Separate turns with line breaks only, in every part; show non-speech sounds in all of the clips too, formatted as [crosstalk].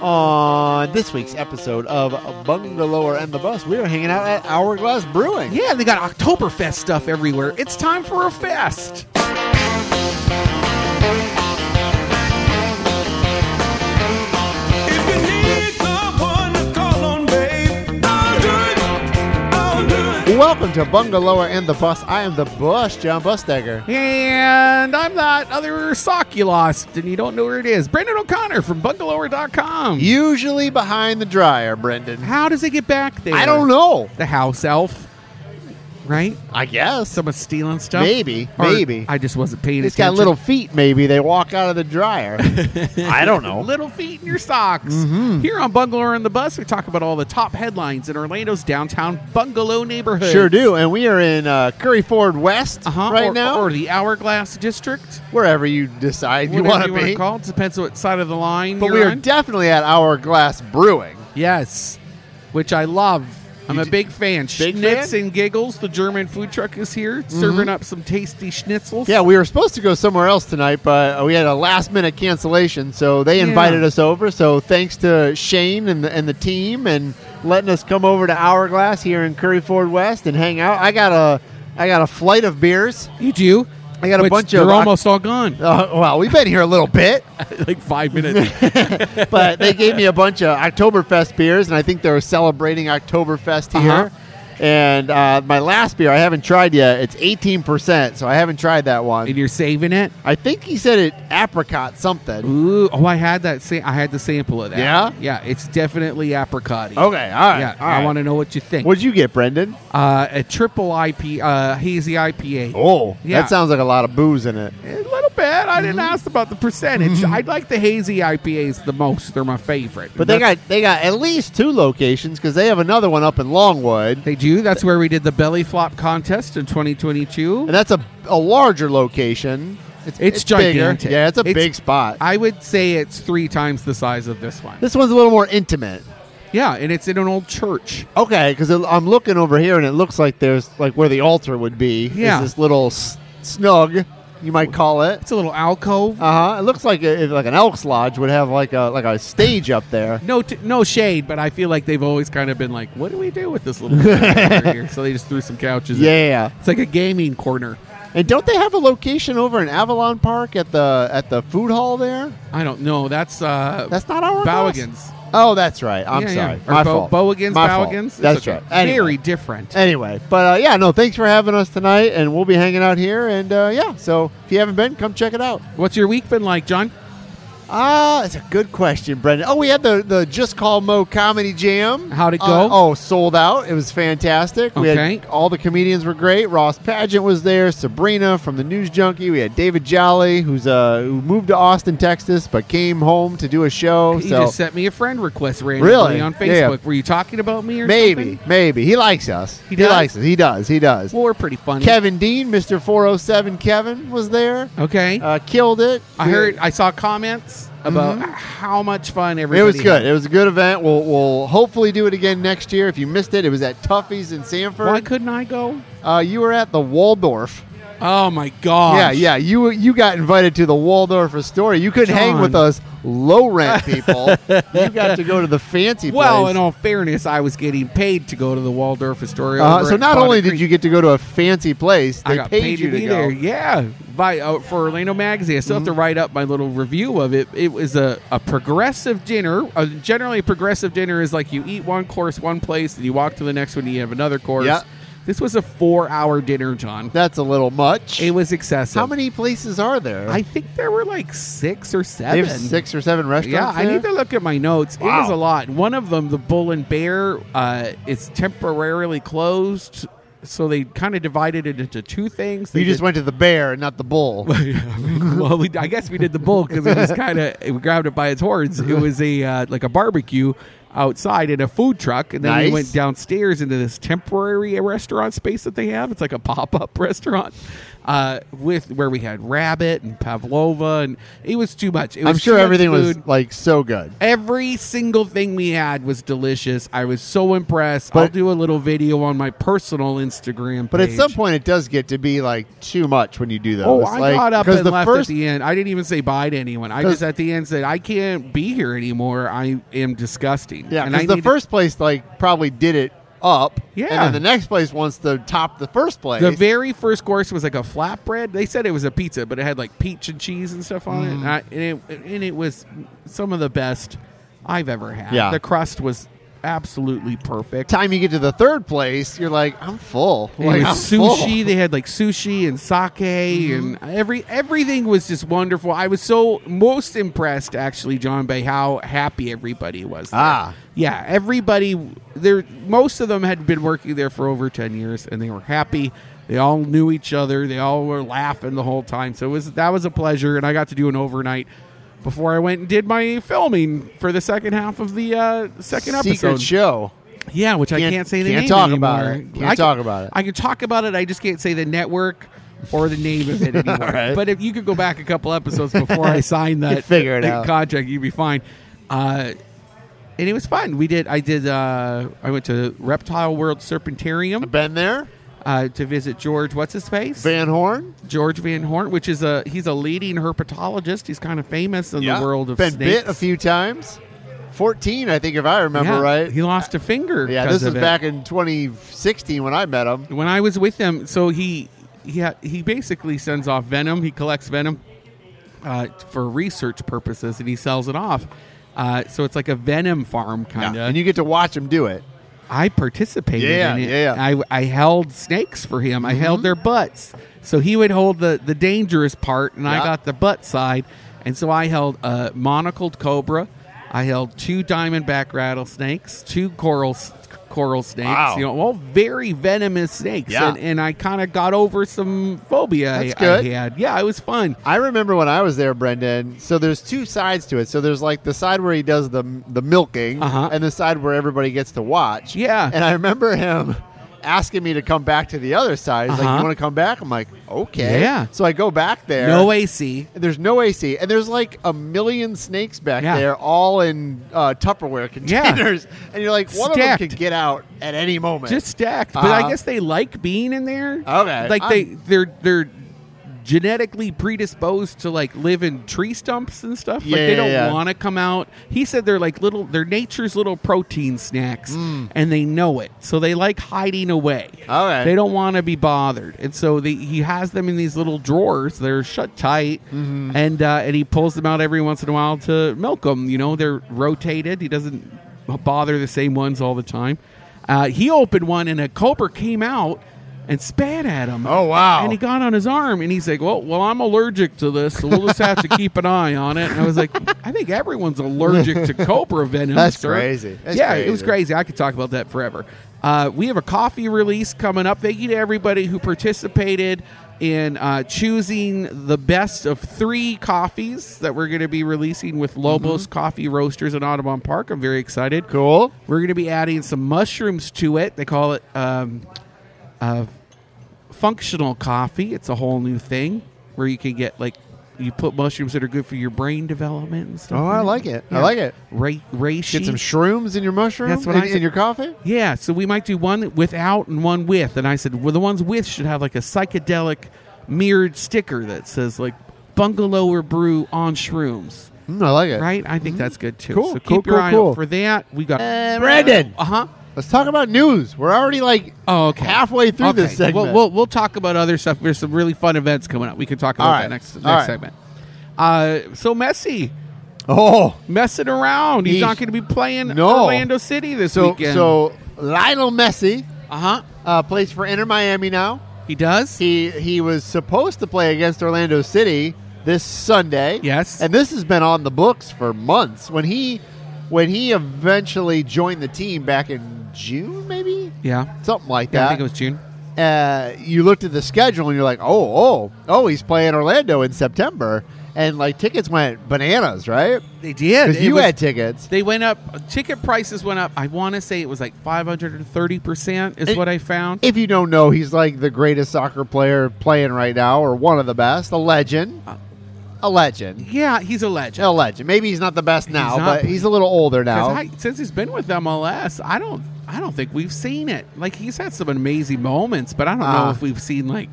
On this week's episode of Bungalower and the Bus, we are hanging out at Hourglass Brewing.
Yeah, they got Oktoberfest stuff everywhere. It's time for a fest.
If you need someone to call on, babe, I'll do it. I'll do it.
Welcome to Bungalower and the Bus. I am the bus, John Busdecker.
And I'm that other sock you lost and you don't know where it is. Brendan O'Connor from bungalower.com.
Usually behind the dryer, Brendan.
How does it get back there?
I don't know.
The house elf, right?
I guess.
Someone's stealing stuff.
Maybe,
Or
maybe.
I just wasn't paying
It's
attention.
got little feet, maybe. They walk out of the dryer. [laughs] I don't know. Mm-hmm.
Little feet in your socks. Here on Bungalower and the Bus, we talk about all the top headlines in Orlando's downtown bungalow neighborhood.
Sure do. And we are in uh, Curry Ford West
Uh-huh.
right
or,
now,
Or the Hourglass District.
wherever you decide you
whatever
want
you
to
wanna
be.
call it. Depends on what side of the line
But
you're
we are
on.
definitely at Hourglass Brewing.
Yes, which I love. I'm
You
a
d-
big fan.
Big
Schnitz
fan? Mm-hmm.
and Giggles, the German food truck, is here serving up some tasty schnitzels.
Yeah, we were supposed to go somewhere else tonight, but uh, we had a last minute cancellation, so they
Yeah.
invited us over. So thanks to Shane and the, and the team and letting us come over to Hourglass here in Curry Ford West and hang out. I got a I got a flight of beers. [laughs]
you do.
I got a
Which
bunch
they're
of Oc-
almost
[laughs]
all gone.
Uh, well, we've been here a little bit,
like five minutes.
but they gave me a bunch of Oktoberfest beers, and I think they were celebrating Oktoberfest here.
Uh-huh.
And uh, my last beer I haven't tried yet. It's eighteen percent, so I haven't tried that one.
[laughs] and you're saving it.
I think he said it apricot something.
Ooh, oh, I had that. Sa- I had the sample of that.
Yeah?
yeah. It's definitely apricot.
Okay, all right.
yeah.
all right.
I want to know what you think.
What'd you get, Brendan?
uh, a triple IP, uh, hazy IPA.
Oh,
Yeah.
that sounds like a lot of booze in it.
A little bit. I didn't
Mm-hmm.
ask about the percentage. I like the hazy IPAs the most. They're my favorite.
But they
That's-
got they got at least two locations because they have another one up in Longwood,
They do. That's where we did the belly flop contest in 2022.
and that's a, a larger location.
It's
bigger.
gigantic.
Yeah, it's a
It's-
big spot.
I would say it's three times the size of this one.
this one's a little more intimate.
Yeah, and it's in an old church.
Okay, because I'm looking over here and it looks like there's like where the altar would be. is
Yeah.
this little s- snug, you might call it.
It's a little alcove.
Uh huh. It looks like a, like an Elks Lodge would have like a like a stage up there.
no, t- no shade, but I feel like they've always kind of been like, "What do we do with
[laughs]
this little?" thing over here? So they just threw some couches. in.
Yeah.
it's like a gaming corner.
And don't they have a location over in Avalon Park at the at the food hall there?
I don't know. That's uh,
That's not our
Bowigan's.
Oh, that's right. I'm
Yeah, yeah.
sorry.
Or
My
Bo-
fault.
Bowigan's,
My fault.
Bowigan's. It's
That's
okay.
right. Anyway.
Very different.
Anyway, but uh, yeah, no, thanks for having us tonight, and we'll be hanging out here. And uh, yeah, so if you haven't been, come check it out.
What's your week been like, John?
Ah, that's a good question, Brendan. Oh, we had the the Just Call Mo Comedy Jam.
How'd it
Uh,
go?
oh, sold out. It was fantastic. We
Okay.
had all the comedians were great. Ross Pageant was there. Sabrina from the News Junkie. We had David Jolly, who's uh who moved to Austin, Texas, but came home to do a show.
He
so
just sent me a friend request randomly
Really?
on Facebook.
Yeah.
Were you talking about me or
maybe,
something?
maybe he likes us.
He does?
likes us. He does. He does.
Well, we're pretty funny.
Kevin Dean, Mister Four Hundred Seven, Kevin was there.
Okay.
Uh, killed it.
I
We-
heard. I saw comments about how much fun everybody.
Mm-hmm. It was good.
Had.
It was a good event. We'll, we'll hopefully do it again next year. If you missed it, it was at Tuffy's in
Why
Sanford.
couldn't I go?
Uh, you were at the Waldorf.
Oh my god!
Yeah, yeah. You you got invited to the Waldorf Astoria. You couldn't hang with
John.
us low rent
[laughs]
people. you got to go to the fancy
Well,
place.
in all fairness, I was getting paid to go to the Waldorf Astoria.
Uh,
over
so
at
not
Bonnet
only did
Creek.
you get to go to a fancy place, they
I got
paid,
paid,
you
to
to,
be
go. Mm-hmm.
there. Yeah, by uh, for Orlando Magazine. I still have to write up my little review of it. It was a, a progressive dinner. Uh, generally, a progressive dinner is like you eat one course one place, and you walk to the next one, and you have another course.
Yeah.
This was a four-hour dinner, John.
That's a little much.
It was excessive.
How many places are there?
I think there were like six or seven.
they have six or seven
Yeah,
restaurants.
I
there?
need to look at my notes. It was
Wow.
a lot. One of them, the Bull and Bear, uh, is temporarily closed. So they kind of divided it into two things. They
You just
did-
went to the bear, not the bull.
[laughs] well, we, I guess we did the bull because it was kind of we grabbed it by its horns.
[laughs]
It was a uh, like a barbecue outside in a food truck, and then we
Nice.
went downstairs into this temporary [laughs] restaurant space that they have. It's like a pop up restaurant. uh, with where we had rabbit and pavlova, and it was too much. It was
I'm sure
too much
everything was
food.
like so good.
Every single thing we had was delicious. I was so impressed. I'll
But-
do a little video on my personal Instagram.
But at some
page.
point, it does get to be like too much when you do those.
Oh, I
like,
got up
'cause
and
the
left
first
at the end. I didn't even say bye to anyone. I
'Cause-
just at the end said, "I can't be here anymore. I am disgusting."
Yeah,
and I
because the
need-
first place like probably did it up. and
Yeah.
then the next place wants to top the first place.
the very first course was like a flatbread. They said it was a pizza, but it had like peach and cheese and stuff
Mm.
on it. And, I, and it. and it was some of the best I've ever had.
Yeah.
the crust was absolutely perfect.
time you get to the third place, you're like, I'm full.
It
Like,
was
I'm
sushi.
full. Mm-hmm.
They had like sushi and sake, and every everything was just wonderful. I was so most impressed, actually, John, by how happy everybody was. there.
Ah.
yeah, everybody there. Most of them had been working there for over ten years, and they were happy. They all knew each other. They all were laughing the whole time. So it was that was a pleasure, and I got to do an overnight before I went and did my filming for the second half of the uh, second
secret
episode.
show.
Yeah, which I
Can't-
can't say the
can't
name
talk
anymore.
about it. Can't
I can,
talk about it.
I can talk about it. I just can't say the network or the name of it anymore.
[laughs] right.
But if you could go back a couple episodes
[laughs]
before I signed that,
figure it
that
out.
contract, you'd be fine. Uh, and it was fun. We did. I did. Uh, I went to Reptile World Serpentarium
Been there,
uh, to visit George. What's his face?
Van Horn.
George Van Horn, which is a he's a leading herpetologist. He's kind of famous in the world of
been
snakes.
bit a few times. Fourteen, I think, if I remember
Yeah,
right.
He lost a finger.
yeah,
'cause
this was
of it.
back in 2016 when I met him.
when I was with him, so he he ha- he basically sends off venom. He collects venom uh, for research purposes, and he sells it off. Uh, so it's like a venom farm kind
Yeah,
of.
and you get to watch him do it.
I participated
Yeah,
in it.
yeah. Mm-hmm.
I, I held snakes for him. I held their butts. So he would hold the, the dangerous part, and I
Yeah.
got the butt side. And so I held a monocled cobra. I held two diamondback rattlesnakes, two coral s- coral snakes.
Wow.
You know, all very venomous snakes.
Yeah.
And, and I kind of got over some phobia I-
That's good.
I had. Yeah, it was fun.
I remember when I was there, Brendan. So there's two sides to it. So there's like the side where he does the the milking,
Uh-huh.
and the side where everybody gets to watch.
Yeah.
And I remember him asking me to come back to the other side. He's like,
Uh-huh.
"You want to come back?" I'm like, "Okay."
Yeah.
So I go back there.
No AC.
and There's no AC, and there's like a million snakes back
Yeah.
there, all in uh, Tupperware
Yeah.
containers, and you're like, one of
Stacked.
them could get out at any moment.
Just stacked. But
Uh-huh.
I guess they like being in there.
Okay. Um,
Like they
I'm-
they're they're genetically predisposed to like live in tree stumps and stuff. like
Yeah,
they don't
yeah, yeah.
want to come out. He said they're like little they're nature's little protein snacks and they know it. So they like hiding away.
Mm. Okay.
They don't want to be bothered. And so they, he has them in these little drawers. They're shut tight
Mm-hmm.
and uh, and he pulls them out every once in a while to milk them, you know, they're rotated. He doesn't bother the same ones all the time. Uh, he opened one and a cobra came out and spat at him.
Oh, wow.
And he got on his arm and he's like, "Well, well, I'm allergic to this, so we'll just have to keep an eye on it." And I was like, "I think everyone's allergic to cobra venom."
That's
sir."
crazy. That's
yeah, it was
crazy.
crazy crazy. I could talk about that forever. Uh, we have a coffee release coming up. Thank you to everybody who participated in uh, choosing the best of three coffees that we're going to be releasing with Lobos
Mm-hmm.
Coffee Roasters in Audubon Park. I'm very excited.
cool.
We're going to be adding some mushrooms to it. They call it um, uh, functional coffee. It's a whole new thing where you can get like you put mushrooms that are good for your brain development and stuff.
Oh, I like it. I like it.
Ray, reishi.
Get some shrooms in your mushroom.
That's what
in,
I
in
said.
your coffee.
Yeah, so we might do one without and one with. And I said, well, the ones with should have like a psychedelic mirrored sticker that says like bungalow or brew on shrooms.
Mm, I like it.
Right? I think that's good too.
Cool,
So keep
cool,
your
cool,
eye
cool.
out for that. We got
Brandon!
Uh huh.
Let's talk about news. We're already like
Oh, okay.
halfway through
okay.
this segment.
We'll, we'll, we'll talk about other stuff. There's some really fun events coming up. We can talk about
All right.
that next
All
next
right.
segment. Uh, so Messi
oh,
messing around. He's,
He's-
not going to be playing
No.
Orlando City this
so
weekend.
so Lionel Messi
uh huh.
uh, plays for Inter Miami now.
He does.
He he was supposed to play against Orlando City this Sunday.
Yes.
and this has been on the books for months. When he when he eventually joined the team back in June, maybe
yeah.
something like
Yeah. I
that.
think it was June.
uh, you looked at the schedule and you're like, oh, oh, oh, he's playing Orlando in September. and like tickets went bananas, right?
They did.
Because
It
you
was-
had tickets.
They went up. Ticket prices went up. I want to say it was like five hundred and thirty percent is
It-
what I found.
If you don't know, he's like the greatest soccer player playing right now, or one of the best, a legend, a legend,
yeah, he's a legend.
a legend. Maybe he's not the best now,
not-
but he's a little older
'Cause
now.
I- since he's been with MLS, I don't, I don't think we've seen it. Like he's had some amazing moments, but I don't know
Ah.
if we've seen like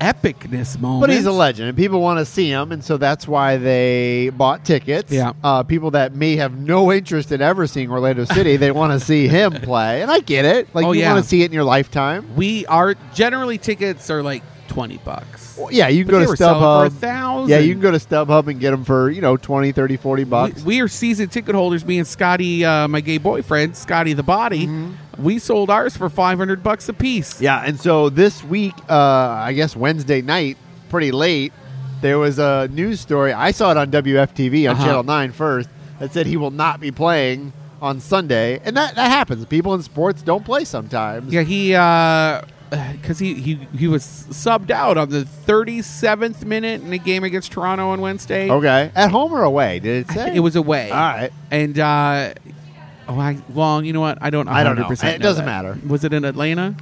epicness moments.
But he's a legend, and people want to see him, and so that's why they bought tickets.
Yeah.
Uh, people that may have no interest in ever seeing
[laughs]
Orlando City, they want to see him play, and I get it. Like
Oh,
you
yeah.
want to see it in your lifetime.
We are generally tickets are like twenty bucks.
Well, yeah, you
But
can
they
go
were
to
selling for a
StubHub.
thousand.
Yeah, you can go to StubHub and get them for you know 20, 30, 40 bucks.
We, we are season ticket holders. Me and Scotty, uh, my gay boyfriend, Scotty the Body, we sold ours for five hundred bucks a piece.
Mm-hmm. Yeah, and so this week, uh, I guess Wednesday night, pretty late, there was a news story. I saw it on WFTV on
Uh-huh.
Channel 9 first that said he will not be playing on Sunday. And that, that happens. People in sports don't play sometimes.
Yeah, he uh, because he, he he was subbed out on the 37th minute in a game against Toronto on Wednesday.
Okay. Ah. At home or away, did it say?
It was away.
All right.
And uh, oh, I, well, you know what? I don't. 100%
I don't know. It doesn't
that.
matter.
Was it in Atlanta?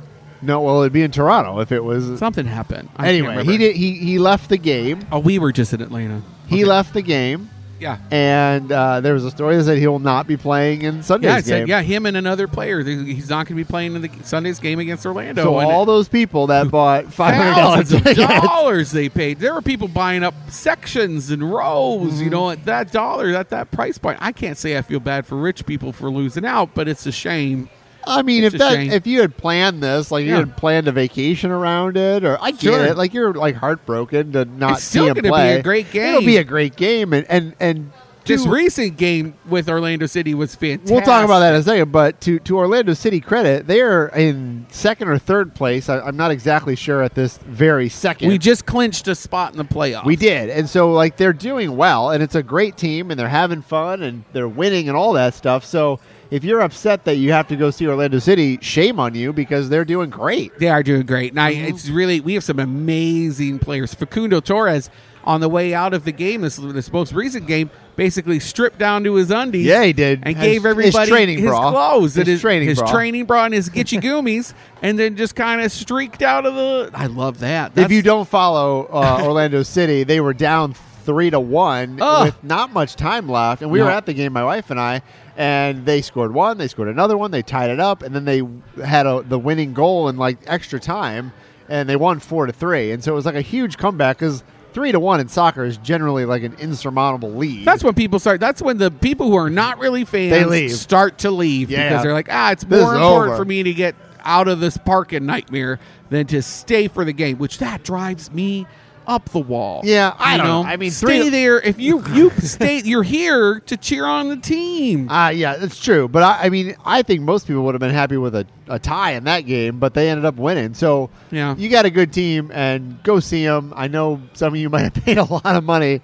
No, well, it'd be in Toronto if it was.
Something happened. I can't
anyway,
remember.
he, did, he, he left the game.
Oh, we were just in Atlanta.
He
Okay.
left the game.
Yeah.
And uh, there was a story that said he will not be playing in Sunday's
Yeah, I
game.
said, yeah, him and another player. Th- He's not going to be playing in the Sunday's game against Orlando.
So
and
all
it-
those people that
[laughs]
bought five [laughs] hundred
thousands of
dollars,
dollars they paid. There were people buying up sections and rows,
Mm-hmm.
you know, at that dollar, at that price point. I can't say I feel bad for rich people for losing out, but it's a shame.
I mean,
It's
if
a
that
shame.
if you had planned this, like you
Yeah.
had planned a vacation around it, or I get
Sure.
it, like you're like heartbroken to not
It's still
see him
gonna be
play.
a great game.
It'll be a great game, and and and
This
to-
recent game with Orlando City was fantastic.
we'll talk about that in a second. But to to Orlando City credit, they are in second or third place. I, I'm not exactly sure at this very second.
We just clinched a spot in the playoffs.
We did. And so like they're doing well and it's a great team and they're having fun and they're winning and all that stuff. So if you're upset that you have to go see Orlando City, shame on you because they're doing great.
They are doing great. And I,
Mm-hmm.
it's really, we have some amazing players. Facundo Torres on the way out of the game, this, this most recent game, basically stripped down to his undies.
Yeah, he did.
And
His-
gave
his
everybody his,
training bra.
clothes and
His
his
training
his
bra.
training bra and his
[laughs]
Gitchy Goomies, and then just kind of streaked out of the. I love that. That's,
if you don't follow
[laughs]
uh, Orlando City, they were down three to one
Ugh.
with not much time left, and we
No.
were at the game, my wife and I, and they scored one, they scored another one, they tied it up, and then they had a, the winning goal in like extra time, and they won four to three, and so it was like a huge comeback because three to one in soccer is generally like an insurmountable lead.
That's when people start. That's when the people who are not really fans
They leave.
start to leave
Yeah.
because they're like, ah, it's
This
more
is
important
over.
for me to get out of this parking nightmare than to stay for the game, which that drives me up the wall.
Yeah, I
You
don't know. I mean,
stay
three-
there
[laughs]
if you you stay. You're here to cheer on the team.
Uh, yeah, that's true. But I, I mean, I think most people would have been happy with a, a tie in that game, but they ended up winning. So
Yeah.
you got a good team, and go see them. I know some of you [laughs] might have paid a lot of money.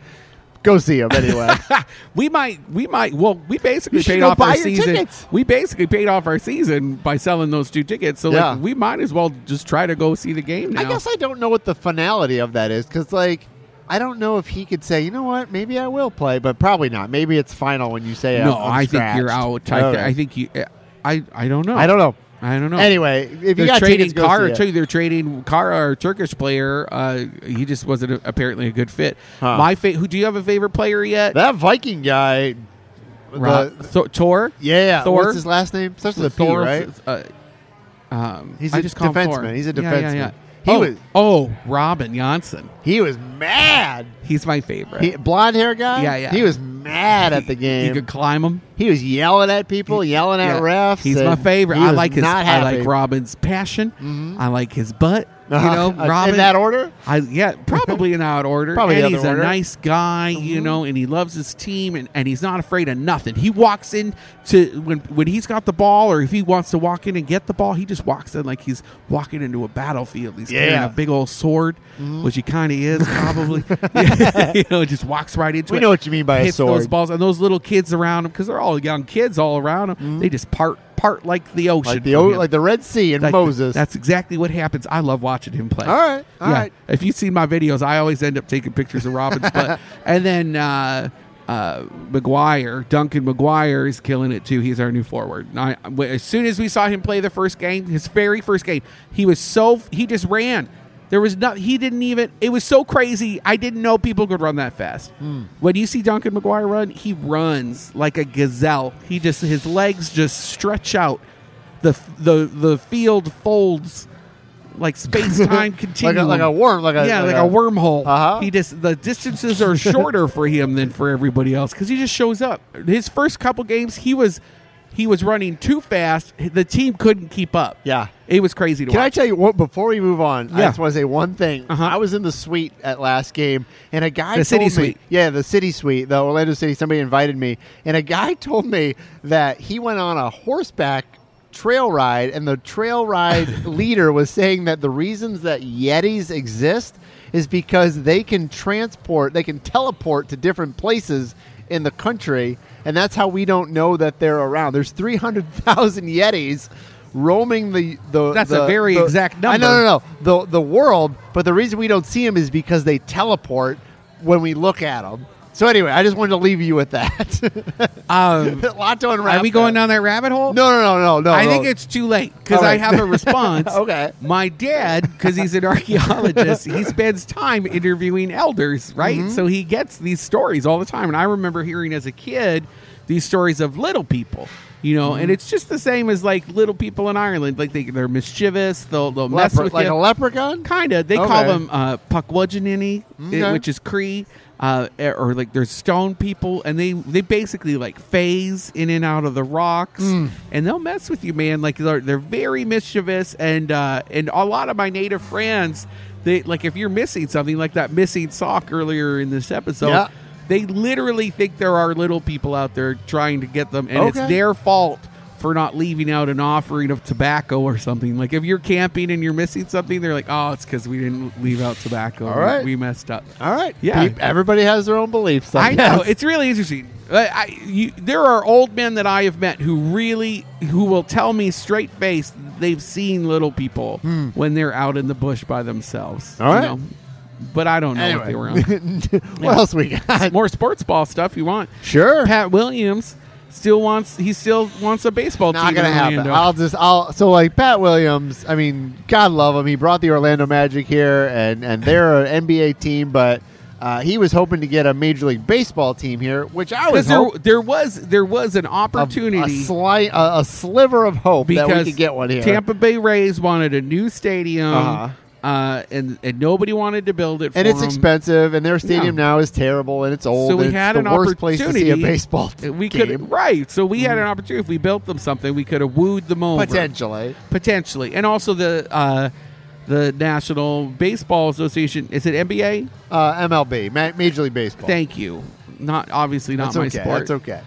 Go see them
[laughs]
anyway.
we might, we might. Well, we basically
You should
paid
go
off our
buy your
season.
tickets.
We basically paid off our season by selling those two tickets. So
Yeah.
like, we might as well just try to go see the game now.
I guess I don't know what the finality of that is because, like, I don't know if he could say, you know what, maybe I will play, but probably not. Maybe it's final when you say,
no,
i
i think you're out. I, th- I think you. eh, I I don't know.
I don't know.
I don't know.
Anyway, if you
they're
got
trading
tickets, go
Kara
see it.
too. They're trading Kara, our Turkish player. Uh, he just wasn't a, apparently a good fit.
Huh.
My fa- who do you have a favorite player yet?
That Viking guy,
Ro-
the-
Tho- Tor.
yeah,
Thor?
what's his last name? Starts with a P,
Thor,
right?
Uh, um,
He's
I
a
just call him Thor.
defenseman. He's a
Yeah, yeah,
defenseman.
yeah.
He
oh,
was-
oh, Robin Janssen.
He was mad.
He's my favorite.
He, blonde hair guy.
Yeah, yeah.
He was mad at the
you
game. He,
could climb him.
was yelling at people, yelling at
Yeah.
refs.
He's
and
my favorite.
he
I
was
like his.
Not
I
happy. Mm-hmm.
like Robin's passion. I like his butt. You know,
[laughs] Uh,
Robin.
in that order.
I yeah, probably in out
[laughs]
order.
Probably
and
out
he's
of order. Mm-hmm.
a nice guy, you know, and he loves his team, and, and he's not afraid of nothing. He walks in to when when he's got the ball, or if he wants to walk in and get the ball, he just walks in like he's walking into a battlefield. He's carrying
Yeah. Mm-hmm.
a big old sword, which he kind
[laughs]
of is probably. [laughs] you know, just walks right into
We
it.
know what you mean by a
hits those
sword.
balls, and those little kids around him because they're all young kids all around him. They just part apart like the ocean.
Mm-hmm. like the
from
o-
him.
like the Red Sea and
Like the-
Moses.
that's exactly what happens. I love watching him play.
All right, all
yeah.
right.
If you see my videos, I always end up taking pictures of Robin's
[laughs]
butt. And then uh, uh, McGuire, Duncan McGuire, is killing it too. He's our new forward. And I, as soon as we saw him play the first game, his very first game, he was so he just ran. There was not he didn't even it was so crazy. I didn't know people could run that fast.
Hmm.
When you see Duncan McGuire run, he runs like a gazelle. He just his legs just stretch out. The the the field folds like space time
[laughs] like a,
continuum.
like a worm, like a
yeah, like, a, wormhole.
Uh-huh.
He just the distances are shorter for him than for everybody else because he just shows up. His first couple games, he was he was running too fast. The team couldn't keep up.
Yeah.
it was crazy to
Can I
watch.
tell you what? Before we move on, I
Yeah.
just want to say one thing.
Uh-huh.
I was in the suite at last game, and a guy
The
told
city
me,
suite.
yeah, the city suite, the Orlando City. Somebody invited me, and a guy [laughs] told me that he went on a horseback trail ride, and the trail ride
[laughs]
leader was saying that the reasons that Yetis exist is because they can transport, they can teleport to different places in the country, and that's how we don't know that they're around. There's 300,000 Yetis roaming the the
That's
the-
a very
the-
exact
I know, no,
number.
no, the the world. But the reason we don't see them is because they teleport when we look at them. So anyway, I just wanted to leave you with that. [laughs]
Um,
a lot to unwrap.
are we going
there.
down that rabbit hole?
No, no, no, no, no.
I
no.
think it's too late because
All
I
right. [laughs]
have a response.
Okay.
My dad, because he's an archaeologist, he spends time interviewing elders, right?
Mm-hmm.
So he gets these stories all the time. And I remember hearing as a kid these stories of little people. You know,
Mm-hmm.
and it's just the same as like little people in Ireland. Like they, they're mischievous. They'll they'll mess
Lepre-
with
like
you.
a leprechaun.
Kind of. They call
Okay.
them uh, Pukwudgenini,
Okay.
which is Cree, uh, or like there's stone people, and they they basically like phase in and out of the rocks,
Hmm.
and they'll mess with you, man. Like they're, they're very mischievous, and uh, and a lot of my native friends, they like if you're missing something like that missing sock earlier in this episode.
Yeah.
They literally think there are little people out there trying to get them, and it's
Okay.
their their fault for not leaving out an offering of tobacco or something. Like if you're camping and you're missing something, they're like, "Oh, it's because we didn't leave out tobacco.
All right.
we
[laughs]
messed up."
All right.
Yeah.
Peep- Everybody has their own beliefs. I,
I know
guess.
it's really interesting. I, I, you, there are old men that I have met who really who will tell me straight faced they've seen little people when they're out in the bush by themselves.
Hmm. All right.
but I don't know what they
[laughs]
were on.
Anyway, what else we got?
More sports ball stuff you want?
Sure.
Pat Williams still wants he still wants a baseball
Not
team.
gonna
in
happen.
Orlando.
I'll just I'll so like Pat Williams. I mean, God love him. He brought the Orlando Magic here, and and they're [laughs] an NBA team, but uh, he was hoping to get a Major League Baseball team here, which I was
because there,
hope-
there was there was an
a-
opportunity
a, slight a, a sliver of hope
because
that we could get one here.
Tampa Bay Rays wanted a new stadium, uh
Uh-huh.
and and nobody wanted to build it.
and
for
it's
'em.
expensive, and their stadium now is terrible, and it's old.
So we
and it's
had
the
an
worst place to see a
opportunity.
baseball t-
We
game. Mm.
could right, so we had an opportunity. If we built them something, we could have wooed them over
potentially.
potentially, and also the uh, the National Baseball Association. Is it NBA?
Uh, MLB, Ma- Major League Baseball.
Thank you. Not obviously not
That's
my
okay.
sport.
That's okay.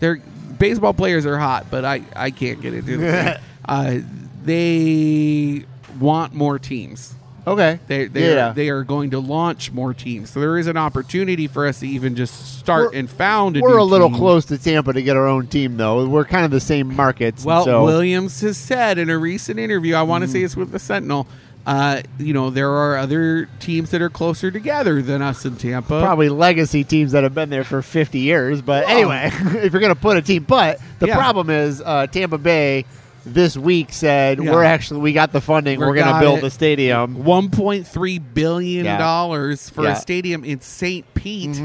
they're baseball players are hot, but I, I can't get
[laughs]
into it. uh, they want more teams.
Okay.
They they
Yeah.
are, they are going to launch more teams. So there is an opportunity for us to even just start
We're-
and found. A
We're a
new
little
team.
close to Tampa to get our own team, though. We're kind of the same markets.
Well,
so. Mm.
Williams has said in a recent interview, I want to say it's with the Sentinel. Uh, you know there are other teams that are closer together than us in Tampa.
probably legacy teams that have been there for 50 years. But anyway, [laughs] if you're going to put a team, but the
Yeah.
problem is uh, Tampa Bay this week said
Yeah.
we're actually we got the funding.
We
We're, going
got
to build
it."
the stadium.
One point three billion dollars for
Yeah. Mm-hmm.
a stadium in St. Pete,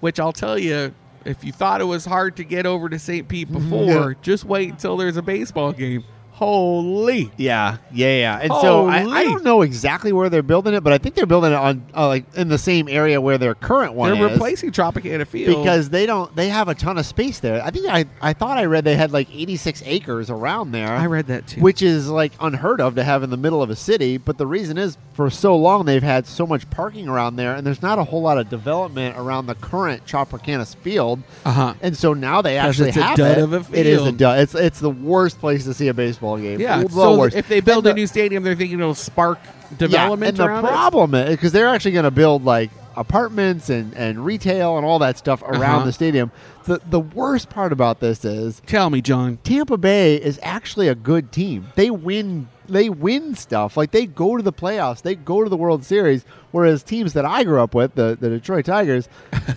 which I'll tell you, if you thought it was hard to get over to St. Pete
Mm-hmm.
before, just wait until there's a baseball game. Holy!
Yeah, yeah, yeah. And so I, I
Holy.
don't know exactly where they're building it, but I think they're building it on uh, like in the same area where their current one
They're
is.
replacing Tropicana Field
because they don't, they have a ton of space there. I think I, I thought I read they had like 86 acres around there.
I read that too.
which is like unheard of to have in the middle of a city. But the reason is for so long they've had so much parking around there, and there's not a whole lot of development around the current Tropicana field.
Uh-huh.
And so now they
'Cause
actually
it's a
have
dud
it.
of a
It is a
field.
dud. It's it's the worst place to see a baseball game.
yeah.
the
So
worst.
if they build
And
a new stadium, they're thinking it'll spark
the, yeah,
development
and
around
the
it.
problem is because they're actually going to build like apartments and, and retail and all that stuff around
Uh-huh.
the stadium. The the worst part about this is
Tell me, John.
Tampa Bay is actually a good team. They win they win stuff. Like they go to the playoffs, they go to the World Series. Whereas teams that I grew up with, the, the Detroit
[laughs]
Tigers,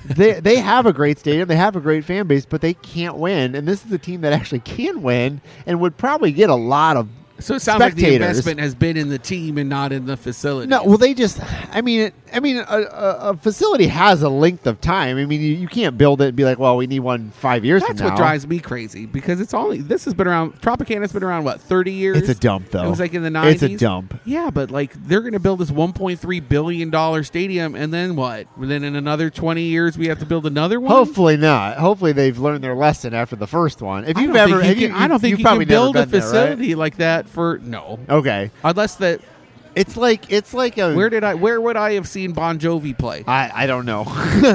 they they have a great stadium, they have a great fan base, but they can't win. And this is a team that actually can win and would probably get a lot of
So it sounds like the
Spectators.
investment has been in the team and not in the facility.
No, well, they just. I mean, it- I mean, a, a, a facility has a length of time. I mean, you, you can't build it and be like, well, we need one five years.
That's
from
what
now.
drives me crazy because it's only this has been around. Tropicana's been around what thirty years.
It's a dump, though.
It was like in the nineties.
It's a dump.
Yeah, but like they're going to build this one point three billion dollar stadium, and then what? And then in another twenty years, we have to build another one.
Hopefully not. Hopefully they've learned their lesson after the first one. If
I
you've
don't
ever,
think
have
you
you,
can, I don't think
you've
you
probably
can build
never
a
been there, right?
facility like that for no,
Okay,
unless that.
it's like it's like a.
Where did I? Where would I have seen Bon Jovi play?
I I don't know.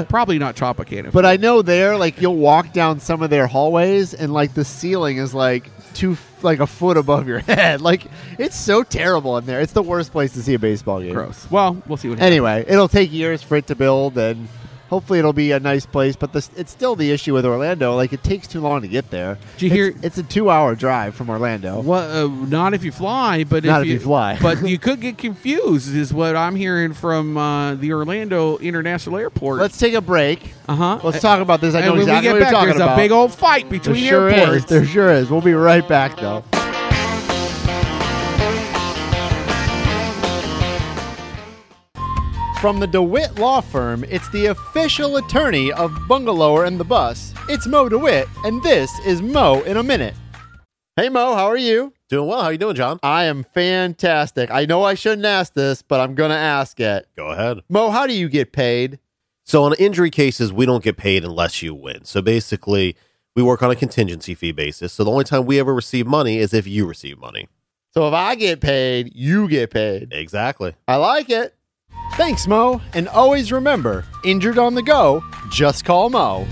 [laughs]
Probably not Tropicana.
Uh, But I know there, like you'll walk down some of their hallways, and like the ceiling is like two, like a foot above your [laughs] head. Like it's so terrible in there. It's the worst place to see a baseball game.
gross. Well, we'll see what. happens.
anyway, it'll take years for it to build, and hopefully it'll be a nice place. But this, it's still the issue with Orlando. Like it takes too long to get there.
Did you
it's,
hear-
It's a two-hour drive from Orlando.
Well, uh, not if you fly, but
Not
if
if you fly.
[laughs]
[laughs]
but you could get confused, is what I'm hearing from uh, the Orlando International Airport.
Let's take a break.
uh-huh.
Let's talk about this. I
and
know
when
exactly
we
what you're
get back,
talking
there's
about.
a big old fight
there
between
sure
airports.
is. There sure is. We'll be right back though. From the DeWitt Law Firm, it's the official attorney of Bungalower and the Bus. It's Mo DeWitt, and this is Mo in a Minute. Hey Mo, how are you?
Doing well. How you doing, John?
I am fantastic. I know I shouldn't ask this, but I'm going to ask it.
Go ahead.
Mo, how do you get paid?
So on injury cases, we don't get paid unless you win. So basically, we work on a contingency fee basis. So the only time we ever receive money is if you receive money.
So if I get paid, you get paid.
Exactly.
I like it. Thanks, Mo. And always remember injured on the go, just call Mo.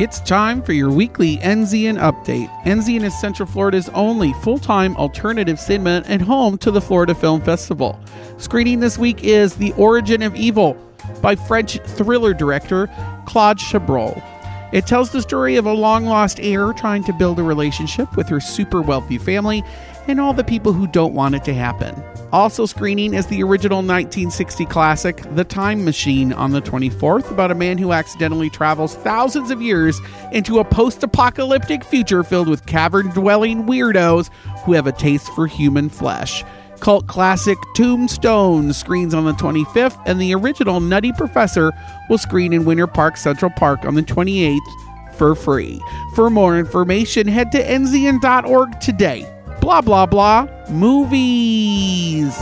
It's time for your weekly Enzian update. Enzian is Central Florida's only full time alternative cinema and home to the Florida Film Festival. Screening this week is The Origin of Evil by French thriller director Claude Chabrol. It tells the story of a long lost heir trying to build a relationship with her super wealthy family and all the people who don't want it to happen. Also screening is the original 1960 classic, The Time Machine, on the 24th, about a man who accidentally travels thousands of years into a post apocalyptic future filled with cavern dwelling weirdos who have a taste for human flesh. Cult classic Tombstone screens on the 25th, and the original Nutty Professor will screen in Winter Park Central Park on the 28th for free. For more information, head to enzian.org today. Blah, blah, blah. Movies.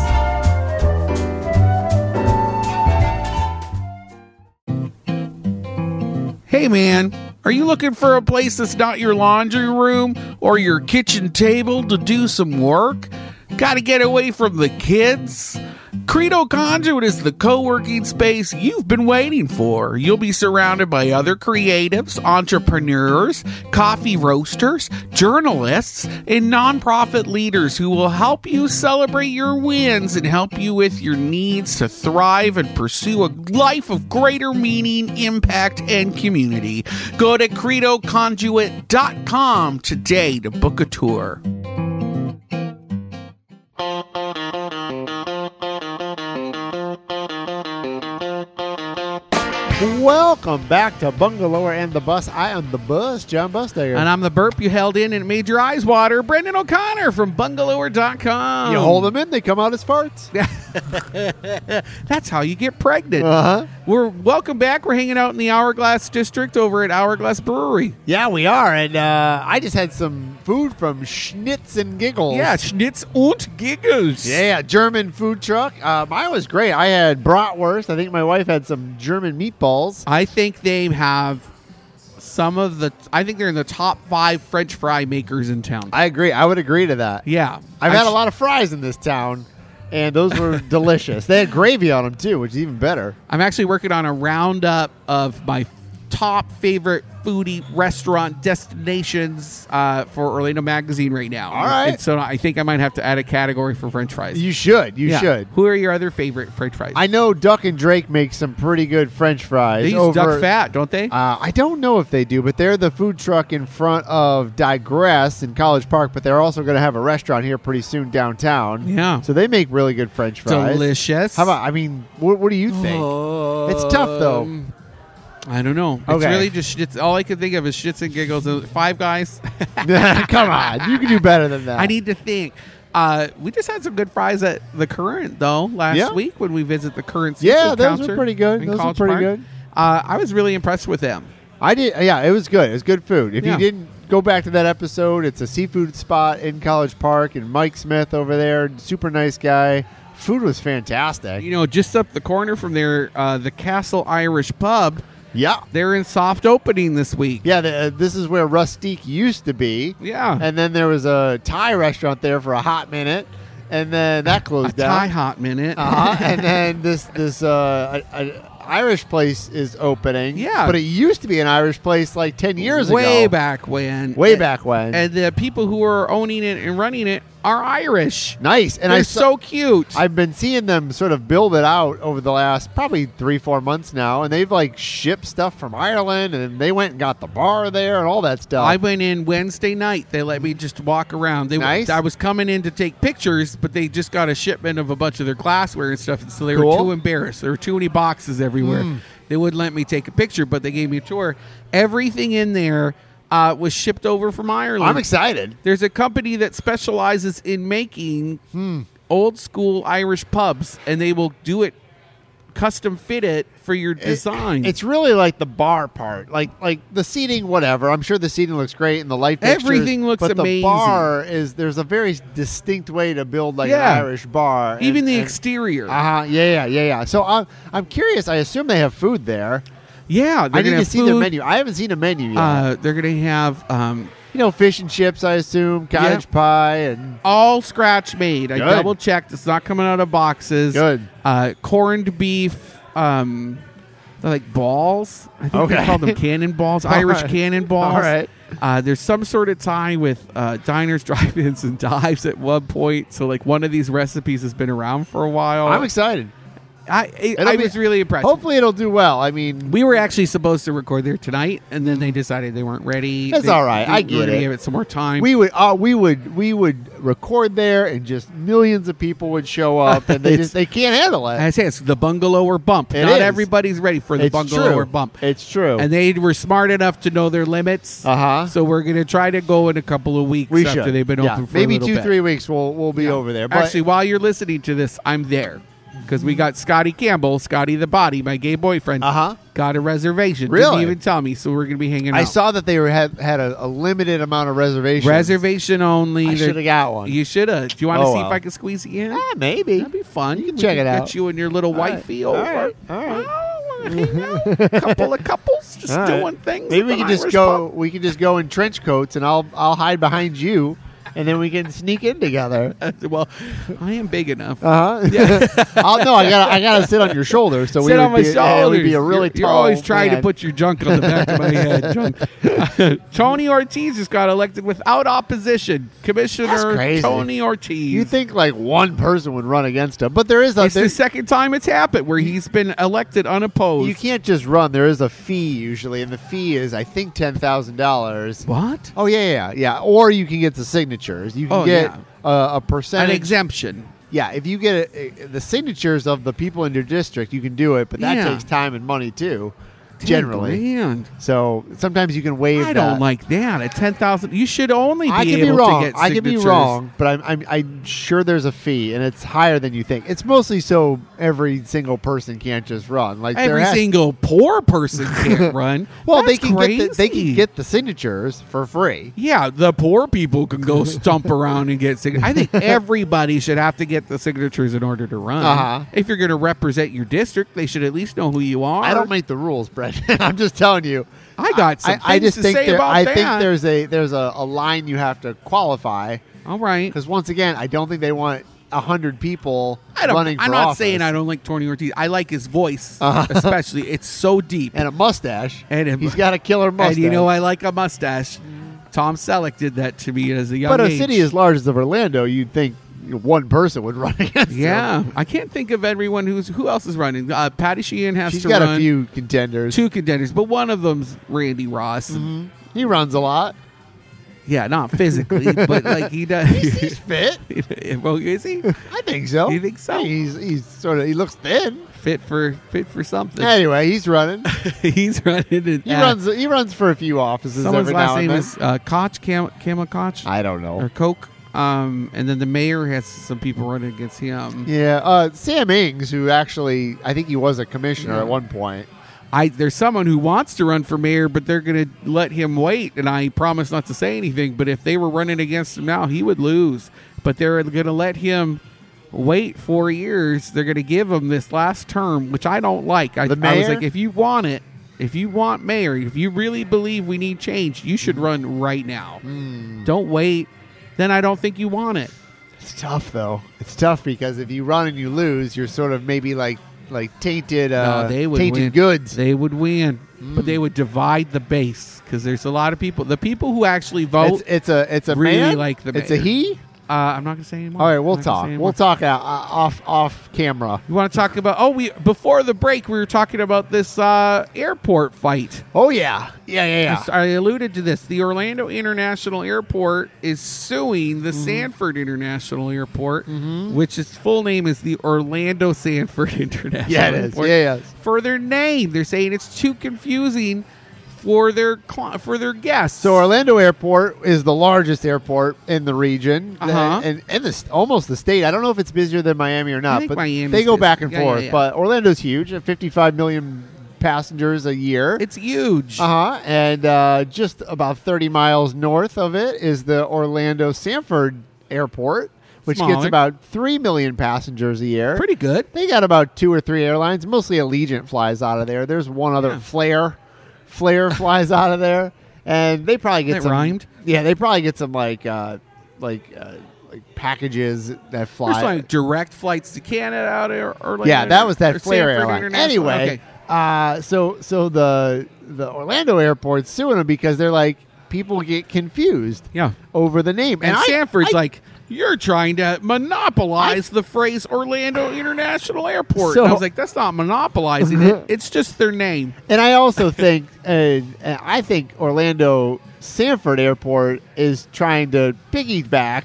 Hey man, are you looking for a place that's not your laundry room or your kitchen table to do some work? Gotta get away from the kids? Credo Conduit is the co working space you've been waiting for. You'll be surrounded by other creatives, entrepreneurs, coffee roasters, journalists, and nonprofit leaders who will help you celebrate your wins and help you with your needs to thrive and pursue a life of greater meaning, impact, and community. Go to credoconduit.com today to book a tour.
Welcome back to Bungalower and the Bus. I am the bus, John Bustager.
And I'm the burp you held in and it made your eyes water, Brendan O'Connor from bungalower.com.
you hold them in, they come out as farts.
That's how you get pregnant.
Uh-huh.
We're welcome back. We're hanging out in the Hourglass District over at Hourglass Brewery.
Yeah, we are. And uh, I just had some food from Schnitz and Giggles.
Yeah, Schnitz und Giggles.
Yeah, German food truck. Uh, mine was great. I had bratwurst. I think my wife had some German meatballs.
I think they have some of the. I think they're in the top five French fry makers in town.
I agree. I would agree to that.
yeah,
I've
I
had a
sh-
lot of fries in this town, and those
[laughs]
were delicious. They had gravy on them too, which is even better.
I'm actually working on a roundup of my top favorite foodie restaurant destinations uh, for Orlando Magazine right now.
All right.
And so I think I might have to add a category for French fries.
You should. You
Yeah.
should.
Who are your other favorite French fries?
I know Duck and Drake make some pretty good French fries.
they use
over,
duck fat, don't they?
Uh, I don't know if they do, but they're the food truck in front of Digress in College Park. But they're also going to have a restaurant here pretty soon downtown.
Yeah.
so they make really good French fries.
Delicious.
How about? I mean, what, what do you think? it's tough though.
Um, I don't know. It's
Okay.
really just shits. All I can think of is shits and giggles. and Five Guys. [laughs]
[laughs] Come on, you can do better than that.
Oh. I need to think. Uh, we just had some good fries at the current though last
Yeah.
week when we visit the current.
Yeah,
seafood
those were
counter
pretty good.
in
Those were
College
pretty
Park.
good.
Uh, I was really impressed with them.
I did. uh, Yeah, it was good. It was good food. If
Yeah.
you didn't go back to that episode, it's a seafood spot in College Park, and Mike Smith over there, super nice guy. Food was fantastic.
You know, just up the corner from there, uh, the Castle Irish Pub.
yeah.
They're in soft opening this week.
Yeah, the, uh, this is where Rustique used to be.
Yeah.
And then there was a Thai restaurant there for a hot minute, and then that
a
closed down.
Thai hot minute.
[laughs] Uh-huh. and then this this uh, a, a Irish place is opening.
Yeah.
But it used to be an Irish place like 10 years ago.
way back when.
Way
And-
back when.
And the people who are owning it and running it are Irish.
nice. And
They're
I saw-
so cute.
I've been seeing them sort of build it out over the last probably three, four months now, and they've like shipped stuff from Ireland, and they went and got the bar there and all that stuff.
I went in Wednesday night. They let me just walk around. They
Nice.
I was coming in to take pictures, but they just got a shipment of a bunch of their glassware and stuff, so they were
Cool. Hmm.
too embarrassed. There were too many boxes everywhere. They wouldn't let me take a picture, but they gave me a tour. Everything in there uh, was shipped over from Ireland.
I'm excited.
There's a company that specializes in making
Hmm.
old school Irish pubs, and they will do it custom fit it for your design.
It's really like the bar part, like like the seating, whatever. I'm sure the seating looks great and the light. fixtures,
Everything looks
but
amazing.
The bar is there's a very distinct way to build like
Yeah.
an Irish bar.
even the
and,
exterior.
uh yeah, yeah, yeah, yeah. So I'm I'm curious. I assume they have food there.
yeah, they're
I need
gonna
to
have
see their
food.
menu. I haven't seen a menu yet.
Uh, they're gonna have um,
you know, fish and chips. I assume cottage pie and
all scratch made. I
Good.
double checked; it's not coming out of boxes.
Good.
Uh, corned beef. Um, they're like balls. I think they
Okay.
call them
[laughs]
cannonballs,
All
Irish
right.
cannonballs.
All right.
Uh, there's some sort of tie with uh, diners, [laughs] drive-ins, and dives at one point. So, like, one of these recipes has been around for a while.
I'm excited.
I, I,
It'll
I
be-
was really impressed.
Hopefully, it'll do well. I mean,
We were actually supposed to record there tonight, and then they decided they weren't ready.
That's
They-
all right.
they
I
were
get
gonna
it.
Give it some more time.
we would, uh, we would, we would record there, and just millions of people would
[laughs]
show up, and they
It's-
just they can't handle it.
I say it's the bungalow or bump.
It
Not
is.
everybody's ready for the
It's
bungalow
true.
or bump.
It's true.
and they were smart enough to know their limits.
Uh-huh.
So we're gonna try to go in a couple of weeks
we
after
should.
they've been
Yeah.
open for
maybe
a little
two,
bit.
three weeks. We'll we'll be
Yeah.
over there. But
Actually, while you're listening to this, I'm there because we got Scotty Campbell, Scotty the Body, my gay boyfriend.
Uh-huh.
Got a reservation. Didn't
Really?
even tell me. So we're gonna be hanging out.
I saw that they were, had had a, a limited amount of reservations.
reservation only.
I
They're-
shoulda got one.
You should have. Do you want to
Oh,
see
well.
if I can squeeze you in?
Ah, maybe.
That'd be fun.
You can
We
check it
get
out.
you and your little
All right.
wifey
All
over.
right. All right.
Oh, I
[laughs]
wanna hang out. couple of couples just
All right.
doing things.
Maybe
at
we
an
can just
Irish
go.
pub.
We can just go in trench coats, and I'll I'll hide behind you, and then we can sneak in together.
[laughs] well, I am big enough.
Uh huh. [laughs] I'll no. I gotta. I gotta sit on your shoulder. So
Sit
we
on my
would be, yeah, it would be a
shoulders.
really
you're, you're
tall
always trying to
man.
put your junk on the
[laughs]
back of my head. Junk. [laughs] Tony Ortiz just got elected without opposition. Commissioner
crazy.
Tony Ortiz.
You think like one person would run against him, but there is a
it's the
there,
second time it's happened where he's been elected unopposed.
you can't just run. There is a fee usually, and the fee is I think ten thousand dollars.
What?
Oh yeah, yeah, yeah. Or you can get the signatures. You can
Oh,
get
yeah.
uh, a
An
percentage.
exemption.
yeah, if you get a, a- the signatures of the people in your district, you can do it, but that
Yeah.
takes time and money too. Generally,
Ten grand.
so sometimes you can waive.
I don't
that.
like that. At ten thousand, you should only be
I could be
able
wrong.
to get.
I could be
signatures.
wrong, but I'm, I'm I'm sure there's a fee, and it's higher than you think. It's mostly so every single person can't just run. Like there
Every
has-
single poor person
[laughs]
can't run.
Well,
That's
they can get the, they
crazy.
can get the signatures for free.
Yeah, the poor people
[laughs]
can go stump around and get signatures. I think everybody should have to get the signatures in order to run.
Uh-huh.
If you're going to represent your district, they should at least know who you are.
I don't make the rules, Brett. [laughs] I'm just telling you.
I got some
I, I
things
just
to
think
say
there,
about
I
that.
think there's a there's a, a line you have to qualify
All right.
because once again, I don't think they want hundred people
I don't,
running for
I'm not
office. Uh-huh.
saying I don't like Tony Ortiz. I like his voice,
[laughs]
especially. It's so deep.
And a mustache.
And a-
he's got a killer mustache.
And you know, I like a mustache. Tom Selleck did that to me as a young
But a
age.
city as large as Orlando, you'd think one person would [laughs] run against. him.
yeah, I can't think of everyone who's who else is running. Uh, Patty Sheehan has
she's
to
got
run.
a few contenders.
two contenders, but one of them's Randy Ross.
He runs a lot.
Yeah, not physically, but like he
[laughs]
does. [laughs]
He's fit.
well, is he
I think so.
You think so?
He's he's sort of he looks thin.
fit for fit for something?
Anyway, he's running.
[laughs] He's running. And,
He
uh,
runs he runs for a few offices
Someone's
every now
last
and
name
then.
is uh, Koch Cam Kama Koch
I don't know.
or Coke. Um, and then the mayor has some people running against him.
Yeah, uh, Sam Ings, who actually I think he was a commissioner at one point.
I there's someone who wants to run for mayor, but they're going to let him wait. And I promise not to say anything. But if they were running against him now, he would lose. But they're going to let him wait four years. They're going to give him this last term, which I don't like. I,
The
I was
mayor?
like, if you want it, if you want mayor, if you really believe we need change, you should run right now.
Hmm.
Don't wait. Then I don't think you want it.
It's tough though. It's tough because if you run and you lose, you're sort of maybe like like tainted uh,
no, they would
tainted
win.
goods. Hmm.
They would win, but they would divide the base because there's a lot of people. The people who actually vote,
it's, it's a it's a
Really
man.
like the
it's a
mayor.
he.
uh, I'm not going to say anymore.
All right, we'll talk. We'll talk out, uh, off off camera.
You want to talk about? Oh, we before the break we were talking about this uh, airport fight.
Oh yeah, yeah yeah
I
yeah.
s- I alluded to this. The Orlando International Airport is suing the
Mm-hmm.
Sanford International Airport, which its full name is the Orlando Sanford [laughs] International
Yeah, it is.
Airport,
Yeah, yes.
for their name. They're saying it's too confusing for their cli for their guests.
So Orlando Airport is the largest airport in the region
Uh-huh.
and and the, st- almost the state. I don't know if it's busier than Miami or not,
think
but
Miami's
they go
busy.
back and
Yeah, yeah,
forth.
yeah.
But Orlando's huge, uh, 55 million passengers a year.
it's huge.
uh-huh. And uh, just about 30 miles north of it is the Orlando Sanford Airport, which gets
Smaller.
about 3 million passengers a year.
Pretty good.
They got about two or three airlines. Mostly Allegiant flies out of there. There's one other Flair.
[laughs]
Flair flies out of there, and they probably get
That
some.
rhymed.
Yeah, they probably get some like uh, like uh, like packages that
There's
fly.
like direct flights to Canada out of Orlando.
yeah, that was
or
that Flair
Sanford
airline.
International.
Anyway,
Okay.
uh, so so the the Orlando airport's suing them because they're like people get confused.
Yeah.
Over the name
and,
I-
Sanford's
I-
like, "You're trying to monopolize the phrase Orlando International Airport."
So-
And I was like, "That's not monopolizing
[laughs]
it. It's just their name."
And I also think, and, and I think Orlando Sanford Airport is trying to piggyback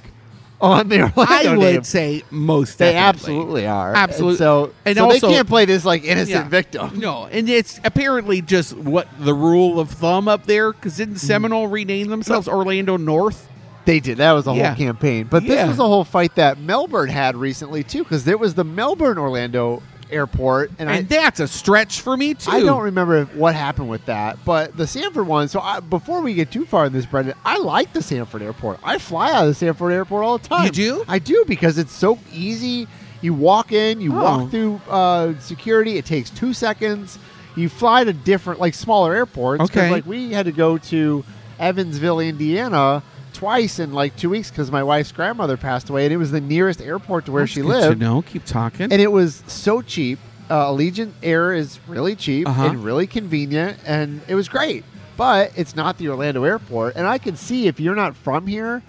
on the Orlando.
I
name.
would say most
they
definitely.
absolutely are.
Absolutely.
And so,
And
so
also-
they can't play this like innocent
Yeah.
victim.
No, and it's apparently just what the rule of thumb up there because didn't
Mm-hmm.
Seminole rename themselves Orlando North?
They did. That was a
Yeah.
whole campaign. But this
Yeah.
was a whole fight that Melbourne had recently too, because there was the Melbourne Orlando Airport, and, I,
And that's a stretch for me too.
I don't remember if- what happened with that, but the Sanford one. So I, before we get too far in this, Brendan, I like the Sanford Airport. I fly out of the Sanford Airport all the time.
You do?
I do because it's so easy. You walk in, you
Oh.
walk through uh, security. It takes two seconds. You fly to different, like smaller airports. 'cause,
Okay.
like we had to go to Evansville, Indiana. Twice in like two weeks because my wife's grandmother passed away, and it was the nearest airport to where
That's
she
good
lived.
To know. Keep talking.
And it was so cheap. Uh, Allegiant Air is really cheap
Uh-huh.
and really convenient, and it was great. But it's not the Orlando airport, and I can see if you're not from here,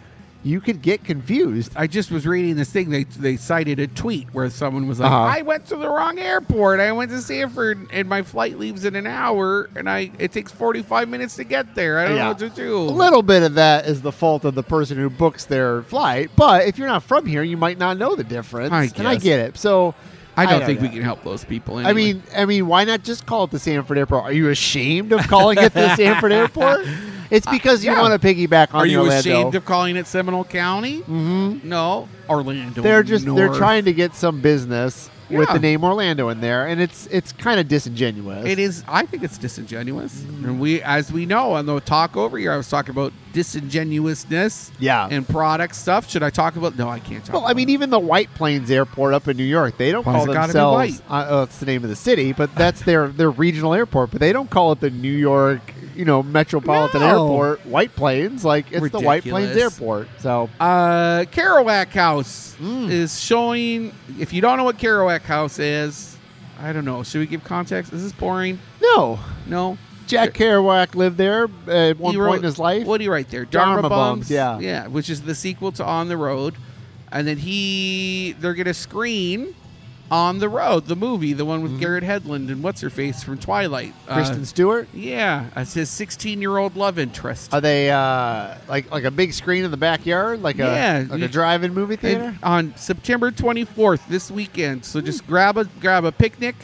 you could get confused.
I just was reading this thing. They they cited a tweet where someone was like,
Uh-huh.
"I went to the wrong airport. I went to Sanford, and my flight leaves in an hour, and I it takes forty five minutes to get there. I don't know
Yeah.
what to do."
A little bit of that is the fault of the person who books their flight, but if you're not from here, you might not know the difference.
I
And I
guess.
get it. So
I don't think
know.
we can help those people.
I
anyway.
mean, I mean, why not just call it the Sanford Airport? Are you ashamed of calling it
[laughs]
the Sanford Airport? It's because you
yeah.
want to piggyback on
are
the
you
Orlando.
ashamed of calling it Seminole County? Mm-hmm. No, Orlando.
they're just they're
North.
trying to get some business with
Yeah.
the name Orlando in there, and it's it's kind of disingenuous.
It is. I think it's disingenuous,
Mm.
and we, as we know, on the talk over here, I was talking about disingenuousness,
Yeah.
and product stuff. Should I talk about? No, I can't talk.
Well, I
about
mean,
it.
even the White Plains Airport up in New York, they don't
Why
call uh,
does it gotta be
themselves. Uh, oh, it's the name of the city, but that's their their regional airport. But they don't call it the New York you know metropolitan
No.
airport, White Plains. Like it's the White Plains
Ridiculous.
airport. So
Uh, Kerouac House
Hmm.
is showing. If you don't know what Kerouac House is, I don't know. Should we give context? Is this boring?
no,
No.
Jack Kerouac lived there at one point
He wrote-
in his life.
What do you write there? Dharma,
Dharma
Bums,
Bums, yeah.
yeah, which is the sequel to On the Road, and then he they're gonna screen On the Road, the movie, the one with Garrett Hedlund and what's her face from Twilight, Uh,
Mm-hmm. Kristen Stewart?
yeah, it's his sixteen-year-old love interest.
Are they uh, like like a big screen in the backyard, like a
Yeah,
like
you-
a drive-in movie theater?
And on September 24th this weekend. So just grab a grab a picnic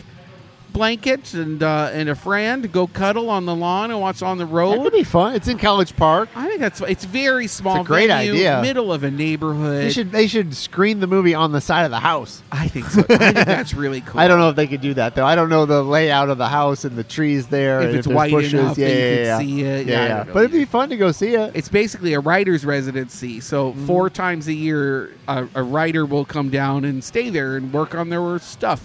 blanket and uh, and a friend, go cuddle on the lawn and watch on the
that
road.
could be fun. It's in College Park.
I think that's it's very small.
It's a great
venue,
idea.
Middle of a neighborhood.
They should they should screen the movie on the side of the house.
I think so. I
[laughs]
think that's really cool.
I don't know if they could do that though. I don't know the layout of the house and the trees there.
If
and
it's
there's
wide
bushes.
enough
yeah,
that you
yeah, yeah.
could see it. Yeah,
Yeah,
I
yeah.
don't know
but it'd be
either.
fun to go see it.
It's basically a writer's residency. So
Mm-hmm.
four times a year, a, a writer will come down and stay there and work on their stuff.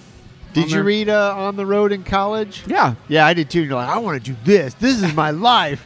Did
on
you
their-
read uh, On the Road in college?
Yeah,
Yeah, I did too. You're like, I want to do this. This is my
[laughs]
life.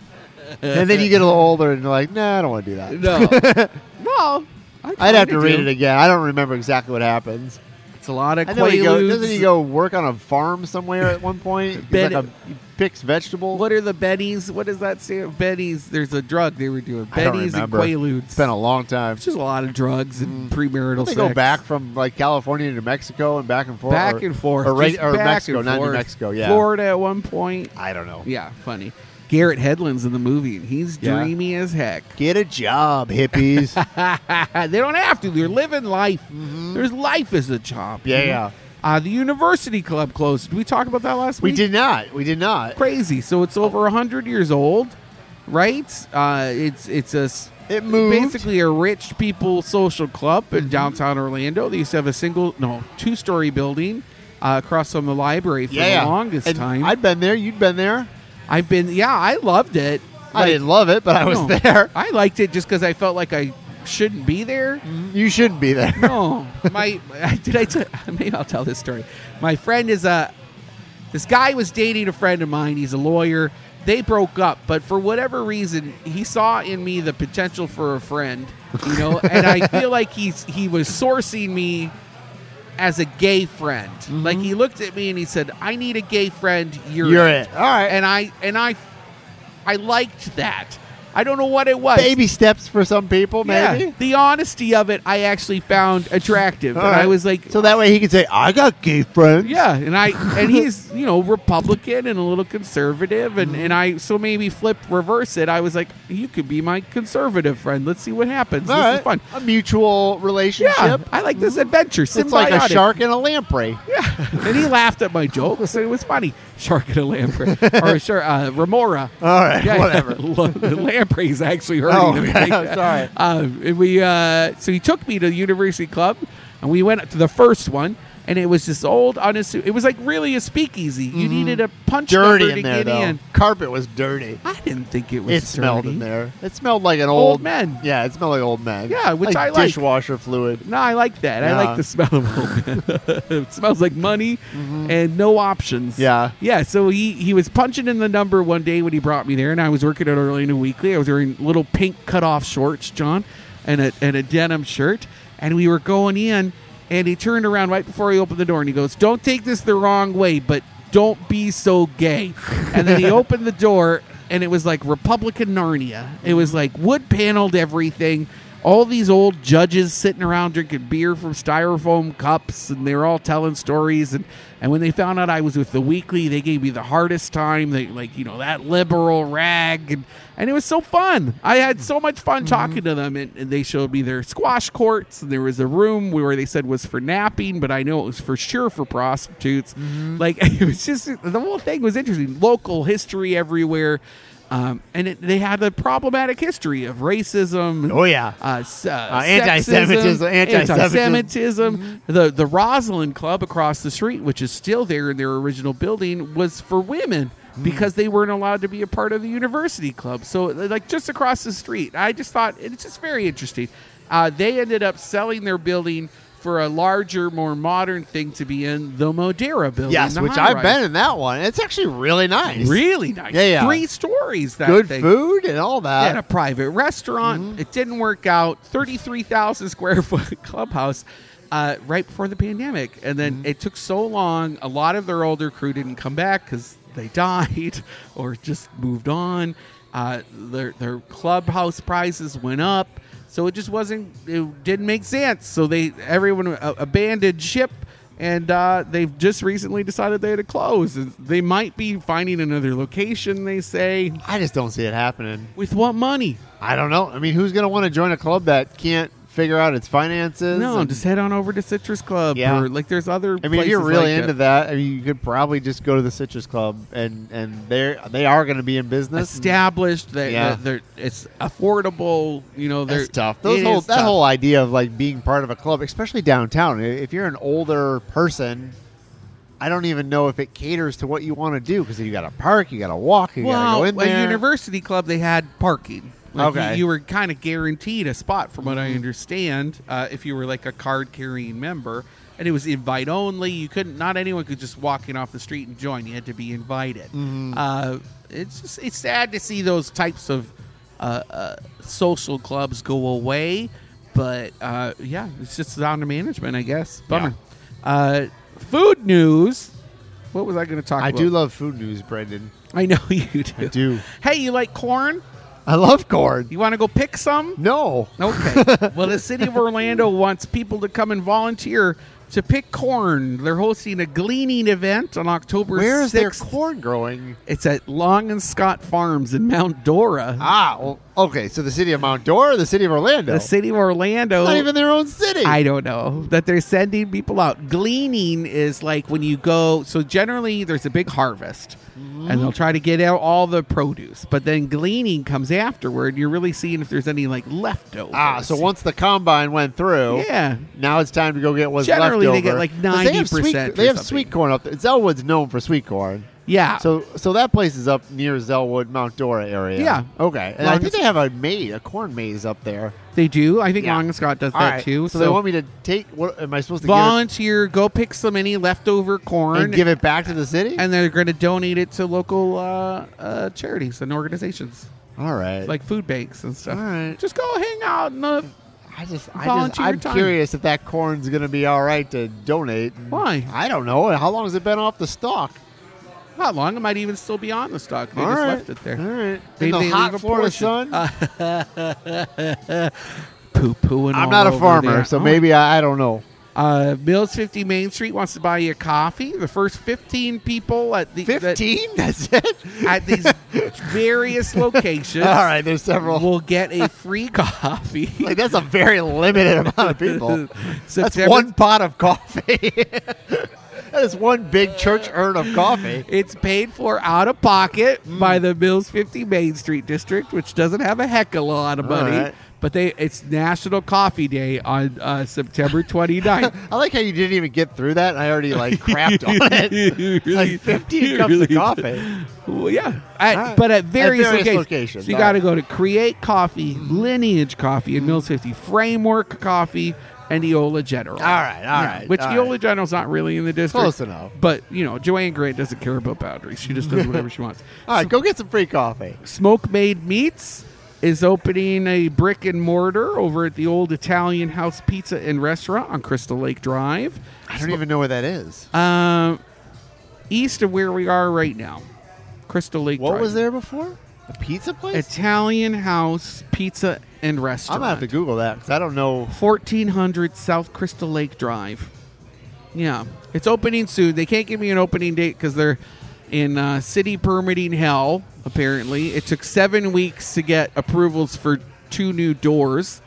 and then you get a little older and you're like, Nah, I don't want to do that. [laughs]
No. well, I
I'd have
kinda
to read
do.
it again. I don't remember exactly what happens.
It's a lot of
I know you go. Doesn't
quaaludes.
he go work on a farm somewhere at one point? He's
[laughs] Ben-
like a- he picks vegetables.
What are the Betties? What does that say? Betties. There's a drug they were doing.
I don't
Betties and
remember.
quaaludes.
It's been a long time.
It's just a lot of drugs and premarital
They
sex.
go back from like California to Mexico and back and forth.
back
or-
and forth,
or, right-
Just
or
back
Mexico,
and
not New
forth.
Mexico. Yeah,
Florida at one point.
I don't know.
Yeah, funny. Garrett Hedlund's in the movie, and he's
Yeah.
dreamy as heck. [laughs]
Get a job, hippies.
they don't have to. They're living life. There's life as a job.
Mm-hmm. Yeah,
you know?
yeah.
Uh, the University Club closed. Did we talk about that last
we
week?
did not. We did not.
Crazy. So it's over 100 years old, right? Uh, it's it's a s-
It moved. Mm-hmm.
basically a rich people social club in downtown Orlando. They used to have a single, no, two story building uh, across from the library for
yeah,
the longest
And
time.
I'd been there. You'd been there.
I've been, yeah, I loved it.
I
Like,
didn't love it, but I was
no, [laughs]
there.
I liked it just because I felt like I shouldn't be there.
Mm-hmm. You shouldn't be there. [laughs]
No, Oh, my did I? T- [laughs] maybe I'll tell this story. My friend is a. This guy was dating a friend of mine. He's a lawyer. They broke up, but for whatever reason, he saw in me the potential for a friend.
[laughs]
You know, and I feel like he's he was sourcing me as a gay friend.
Mm-hmm.
Like he looked at me and he said, "I need a gay friend. You're,
You're it. All right.
And I and I I liked that. I don't know what it was.
Baby steps for some people, maybe.
Yeah, the honesty of it, I actually found attractive,
All
and I
right.
was like,
so that way he could say, "I got gay friends."
yeah, and I
[laughs]
and he's you know Republican and a little conservative, and and I so maybe flip reverse it. I was like, you could be my conservative friend. Let's see what happens.
All
this is
right.
fun.
A mutual
Yeah,
relationship.
I like this adventure.
It's like a
symbiotic.
shark and a lamprey.
Yeah, and he laughed at my jokes. and It was funny. Shark and a lamprey, or a shark, uh, remora.
All right, [laughs]
[laughs]
whatever.
the lamprey's actually hurting
[laughs] Oh,
him. [laughs]
yeah, sorry.
Um, and we uh, so he took me to the university club, and we went to the first one, and it was this old unassuming. It was like really a speakeasy. You needed a punch
Mm-hmm. Dirty
number to
in there
get
though.
in.
Carpet was dirty.
I didn't think it
It
was.
smelled
dirty.
in there. It smelled like an
Old
old,
men.
Yeah, it smelled like old men.
Yeah, which I like.
Dishwasher fluid.
No, I like that. I
Yeah.
like the smell of it. [laughs] it smells like money and no options.
Mm-hmm. Yeah.
Yeah. So he, he was punching in the number one day when he brought me there, and I was working at Orlando Weekly. I was wearing little pink cutoff shorts, John, and a, and a denim shirt. And we were going in, and he turned around right before he opened the door, and he goes, Don't take this the wrong way, but don't be so gay.
[laughs]
And then he opened the door, and it was like Republican Narnia. It was like wood paneled everything all these old judges sitting around drinking beer from styrofoam cups and they were all telling stories and, and when they found out i was with the weekly they gave me the hardest time they like you know that liberal rag and, and it was so fun i had so much fun
Mm-hmm.
talking to them and, and they showed me their squash courts and there was a room where they said was for napping but i know it was for sure for prostitutes
Mm-hmm.
like [laughs] it was just the whole thing was interesting local history everywhere um, and it, they had the problematic history of racism
Oh yeah.
uh, s- uh,
anti-Semitism,
sexism,
anti-Semitism.
anti-Semitism. The the Rosalind Club across the street, which is still there in their original building, was for women
Mm.
because they weren't allowed to be a part of the university club. So like just Uh, across the street, I just thought it's just very interesting. Uh, they ended up selling their building for a larger, more modern thing to be in the Modera building.
Yes,
the
which
high
I've
rise.
been in that one. It's actually really nice.
Really nice.
Yeah, yeah.
Three stories. That
good
thing.
food and all
They had a
that.
private restaurant. It didn't work out. Thirty-three thousand square [laughs] foot clubhouse, uh, right before the pandemic, and then it took so long. A lot of their older crew didn't come back because they [laughs] died or just moved on. Uh, their their clubhouse prices went up, so it just wasn't. It didn't make sense. So they everyone uh, abandoned ship. And uh, they've just recently decided they had to close. They might be finding another location. They say,
I just don't see it happening.
with what money?
I don't know. I mean, who's going to want to join a club that can't figure out its finances?
No,
and-
just head on over to Citrus Club.
Yeah.
Or, like, there's other.
I mean, if you're
places
really
like
into that, I mean, you could probably just go to the Citrus Club, and and they are they are going to be in business.
Established, that
Yeah.
they're, it's affordable. You know, they're
That's tough. Those
it
whole
is
that
tough.
whole idea of like being part of a club, especially downtown. i- If you're an older person, I don't even know if it caters to what you want to do because you got to park, you got to walk, you got
Well,
to go in
a
there.
university club, they had parking. Like, you-
Okay. Mm-hmm.
you, were kind of guaranteed a spot, from what I understand, uh, if you were like a card carrying member, and it was invite only. You couldn't, not anyone could just walk in off the street and join. You had to be invited.
Mm-hmm.
Uh, it's just it's sad to see those types of uh, uh, social clubs go away, but uh, yeah, it's just down to management, I guess. Bummer. Uh, food news. What was I going to talk
I
about?
do love food news, Brendan.
I know [laughs] you do.
I do.
Hey, you like corn?
I love corn.
You want to go pick some?
No,
Okay. well, the city of Orlando wants people to come and volunteer to pick corn. They're hosting a gleaning event on October
where is
6th.
their corn growing?
It's at Long and Scott Farms in Mount Dora.
Ah, well, okay. So the city of Mount Dora, or the city of Orlando,
The city of Orlando.
not even their own city.
I don't know that they're sending people out. Gleaning is like when you go. So generally, there's a big harvest, and they'll try to get out all the produce. But then gleaning comes afterward. You're really seeing if there's any like leftovers.
ah, so once the combine went through,
yeah,
Now it's time to go get what's left
Generally, they get,
over.
like,
'Cause They have,
90%
sweet,
or
they have
something. Ah.
sweet corn up there. Zelwood's known for sweet corn.
yeah.
So so that place is up near Zelwood, Mount Dora area.
Yeah.
Okay. And I
Long
think
as-
they have a maze, a corn maze up there.
they do. I think
Yeah.
Long and Scott does
All
that
right.
too.
So, they want me to take what am I supposed to
volunteer, go pick some any leftover
give
corn
it and give it back to the city?
and they're going to donate it to local uh, uh, charities and organizations
All right.
like food banks and stuff.
All right.
Just go hang out in the
I just I just
volunteer
I'm
time.
curious if that corn's going to be all right to donate.
Why?
I don't know. How long has it been off the stalk?
Not long. It might even still be on the stock. They
All
just
right.
left it
All
there.
right.
Maybe
In the
they leave
hot
a
Florida
portion.
sun?
[laughs] Poo pooing.
I'm not a farmer, so maybe I, I don't know.
Uh, Mills 50 Main Street wants to buy you a coffee. The first 15 people at the that-
15? [laughs] That's it? [laughs]
at these various locations.
All right, there's several.
Will get
[laughs]
a free coffee.
like, that's a very [laughs] limited amount of
[laughs]
people. That's
September-
one pot of coffee. [laughs] that is one big church urn of coffee.
It's paid for out of pocket
Mm.
by the Mills 50 Main Street District, which doesn't have a heck of a lot of
All
money.
right.
But they it's National Coffee Day on uh,
[laughs]
September 29th.
I like how you didn't even get through that, and I already, like, [laughs] crapped on it.
You really-
Like [laughs] 15
you
cups
really-
of coffee.
Well, yeah, At-
All right.
but at various,
various
locations.
locations,
So you
all
got to
right. Mm-hmm.
go to Create Coffee, Lineage Coffee, and Mills 50 Framework Coffee, and Eola General.
All right, all
Yeah,
right,
Which
all
Eola
right.
General's not really in the district.
Close enough.
But you know, Joanne Grant doesn't care about boundaries. She just does
[laughs]
whatever she wants.
All right, go get some free coffee.
Smoke Made Meats is opening a brick and mortar over at the old Italian House Pizza and Restaurant on Crystal Lake Drive.
I don't even know where that is.
Um, east of where we are right now, Crystal Lake.
What
Drive.
was there before? A pizza place?
Italian House Pizza and Restaurant.
I'm going to have to Google that because I don't know.
fourteen hundred South Crystal Lake Drive. Yeah, it's opening soon. They can't give me an opening date because they're in uh, city permitting hell. Apparently, it took seven weeks to get approvals for two new doors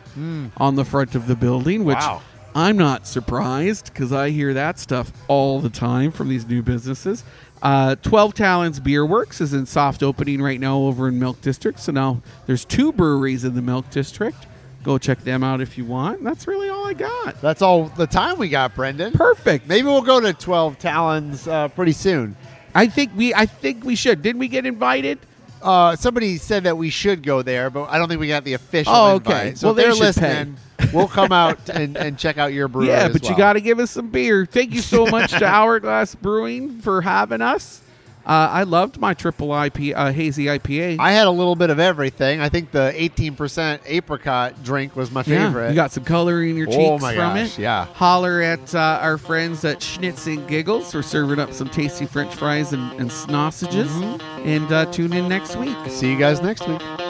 on the front of the building, which.
Wow.
I'm not surprised because I hear that stuff all the time from these new businesses. Uh, 12 Talons Beer Works is in soft opening right now over in Milk District. So now there's two breweries in the Milk District. Go check them out if you want. That's really all I got.
That's all the time we got, Brendan.
Perfect.
Maybe we'll go to 12 Talons uh, pretty soon.
I think we I think we should. Didn't we get invited?
Uh, somebody said that we should go there, but I don't think we got the official.
Oh, okay.
invite. So
Well,
if they're
they should pay.
listening. We'll come
[laughs]
out and, and check out your brewery.
yeah,
as
but you
well.
got to give us some beer. Thank you so much
[laughs]
to Hourglass Brewing for having us. Uh, I loved my triple IP uh, hazy IPA.
I had a little bit of everything. I think the 18% apricot drink was my
Yeah,
favorite.
you got some color in your
Oh
cheeks
my
from
gosh,
it.
yeah.
Holler at uh, our friends at Schnitz and Giggles for serving up some
Mm-hmm.
tasty French fries and, and sausages. And uh, tune in next week.
See you guys next week.
oh,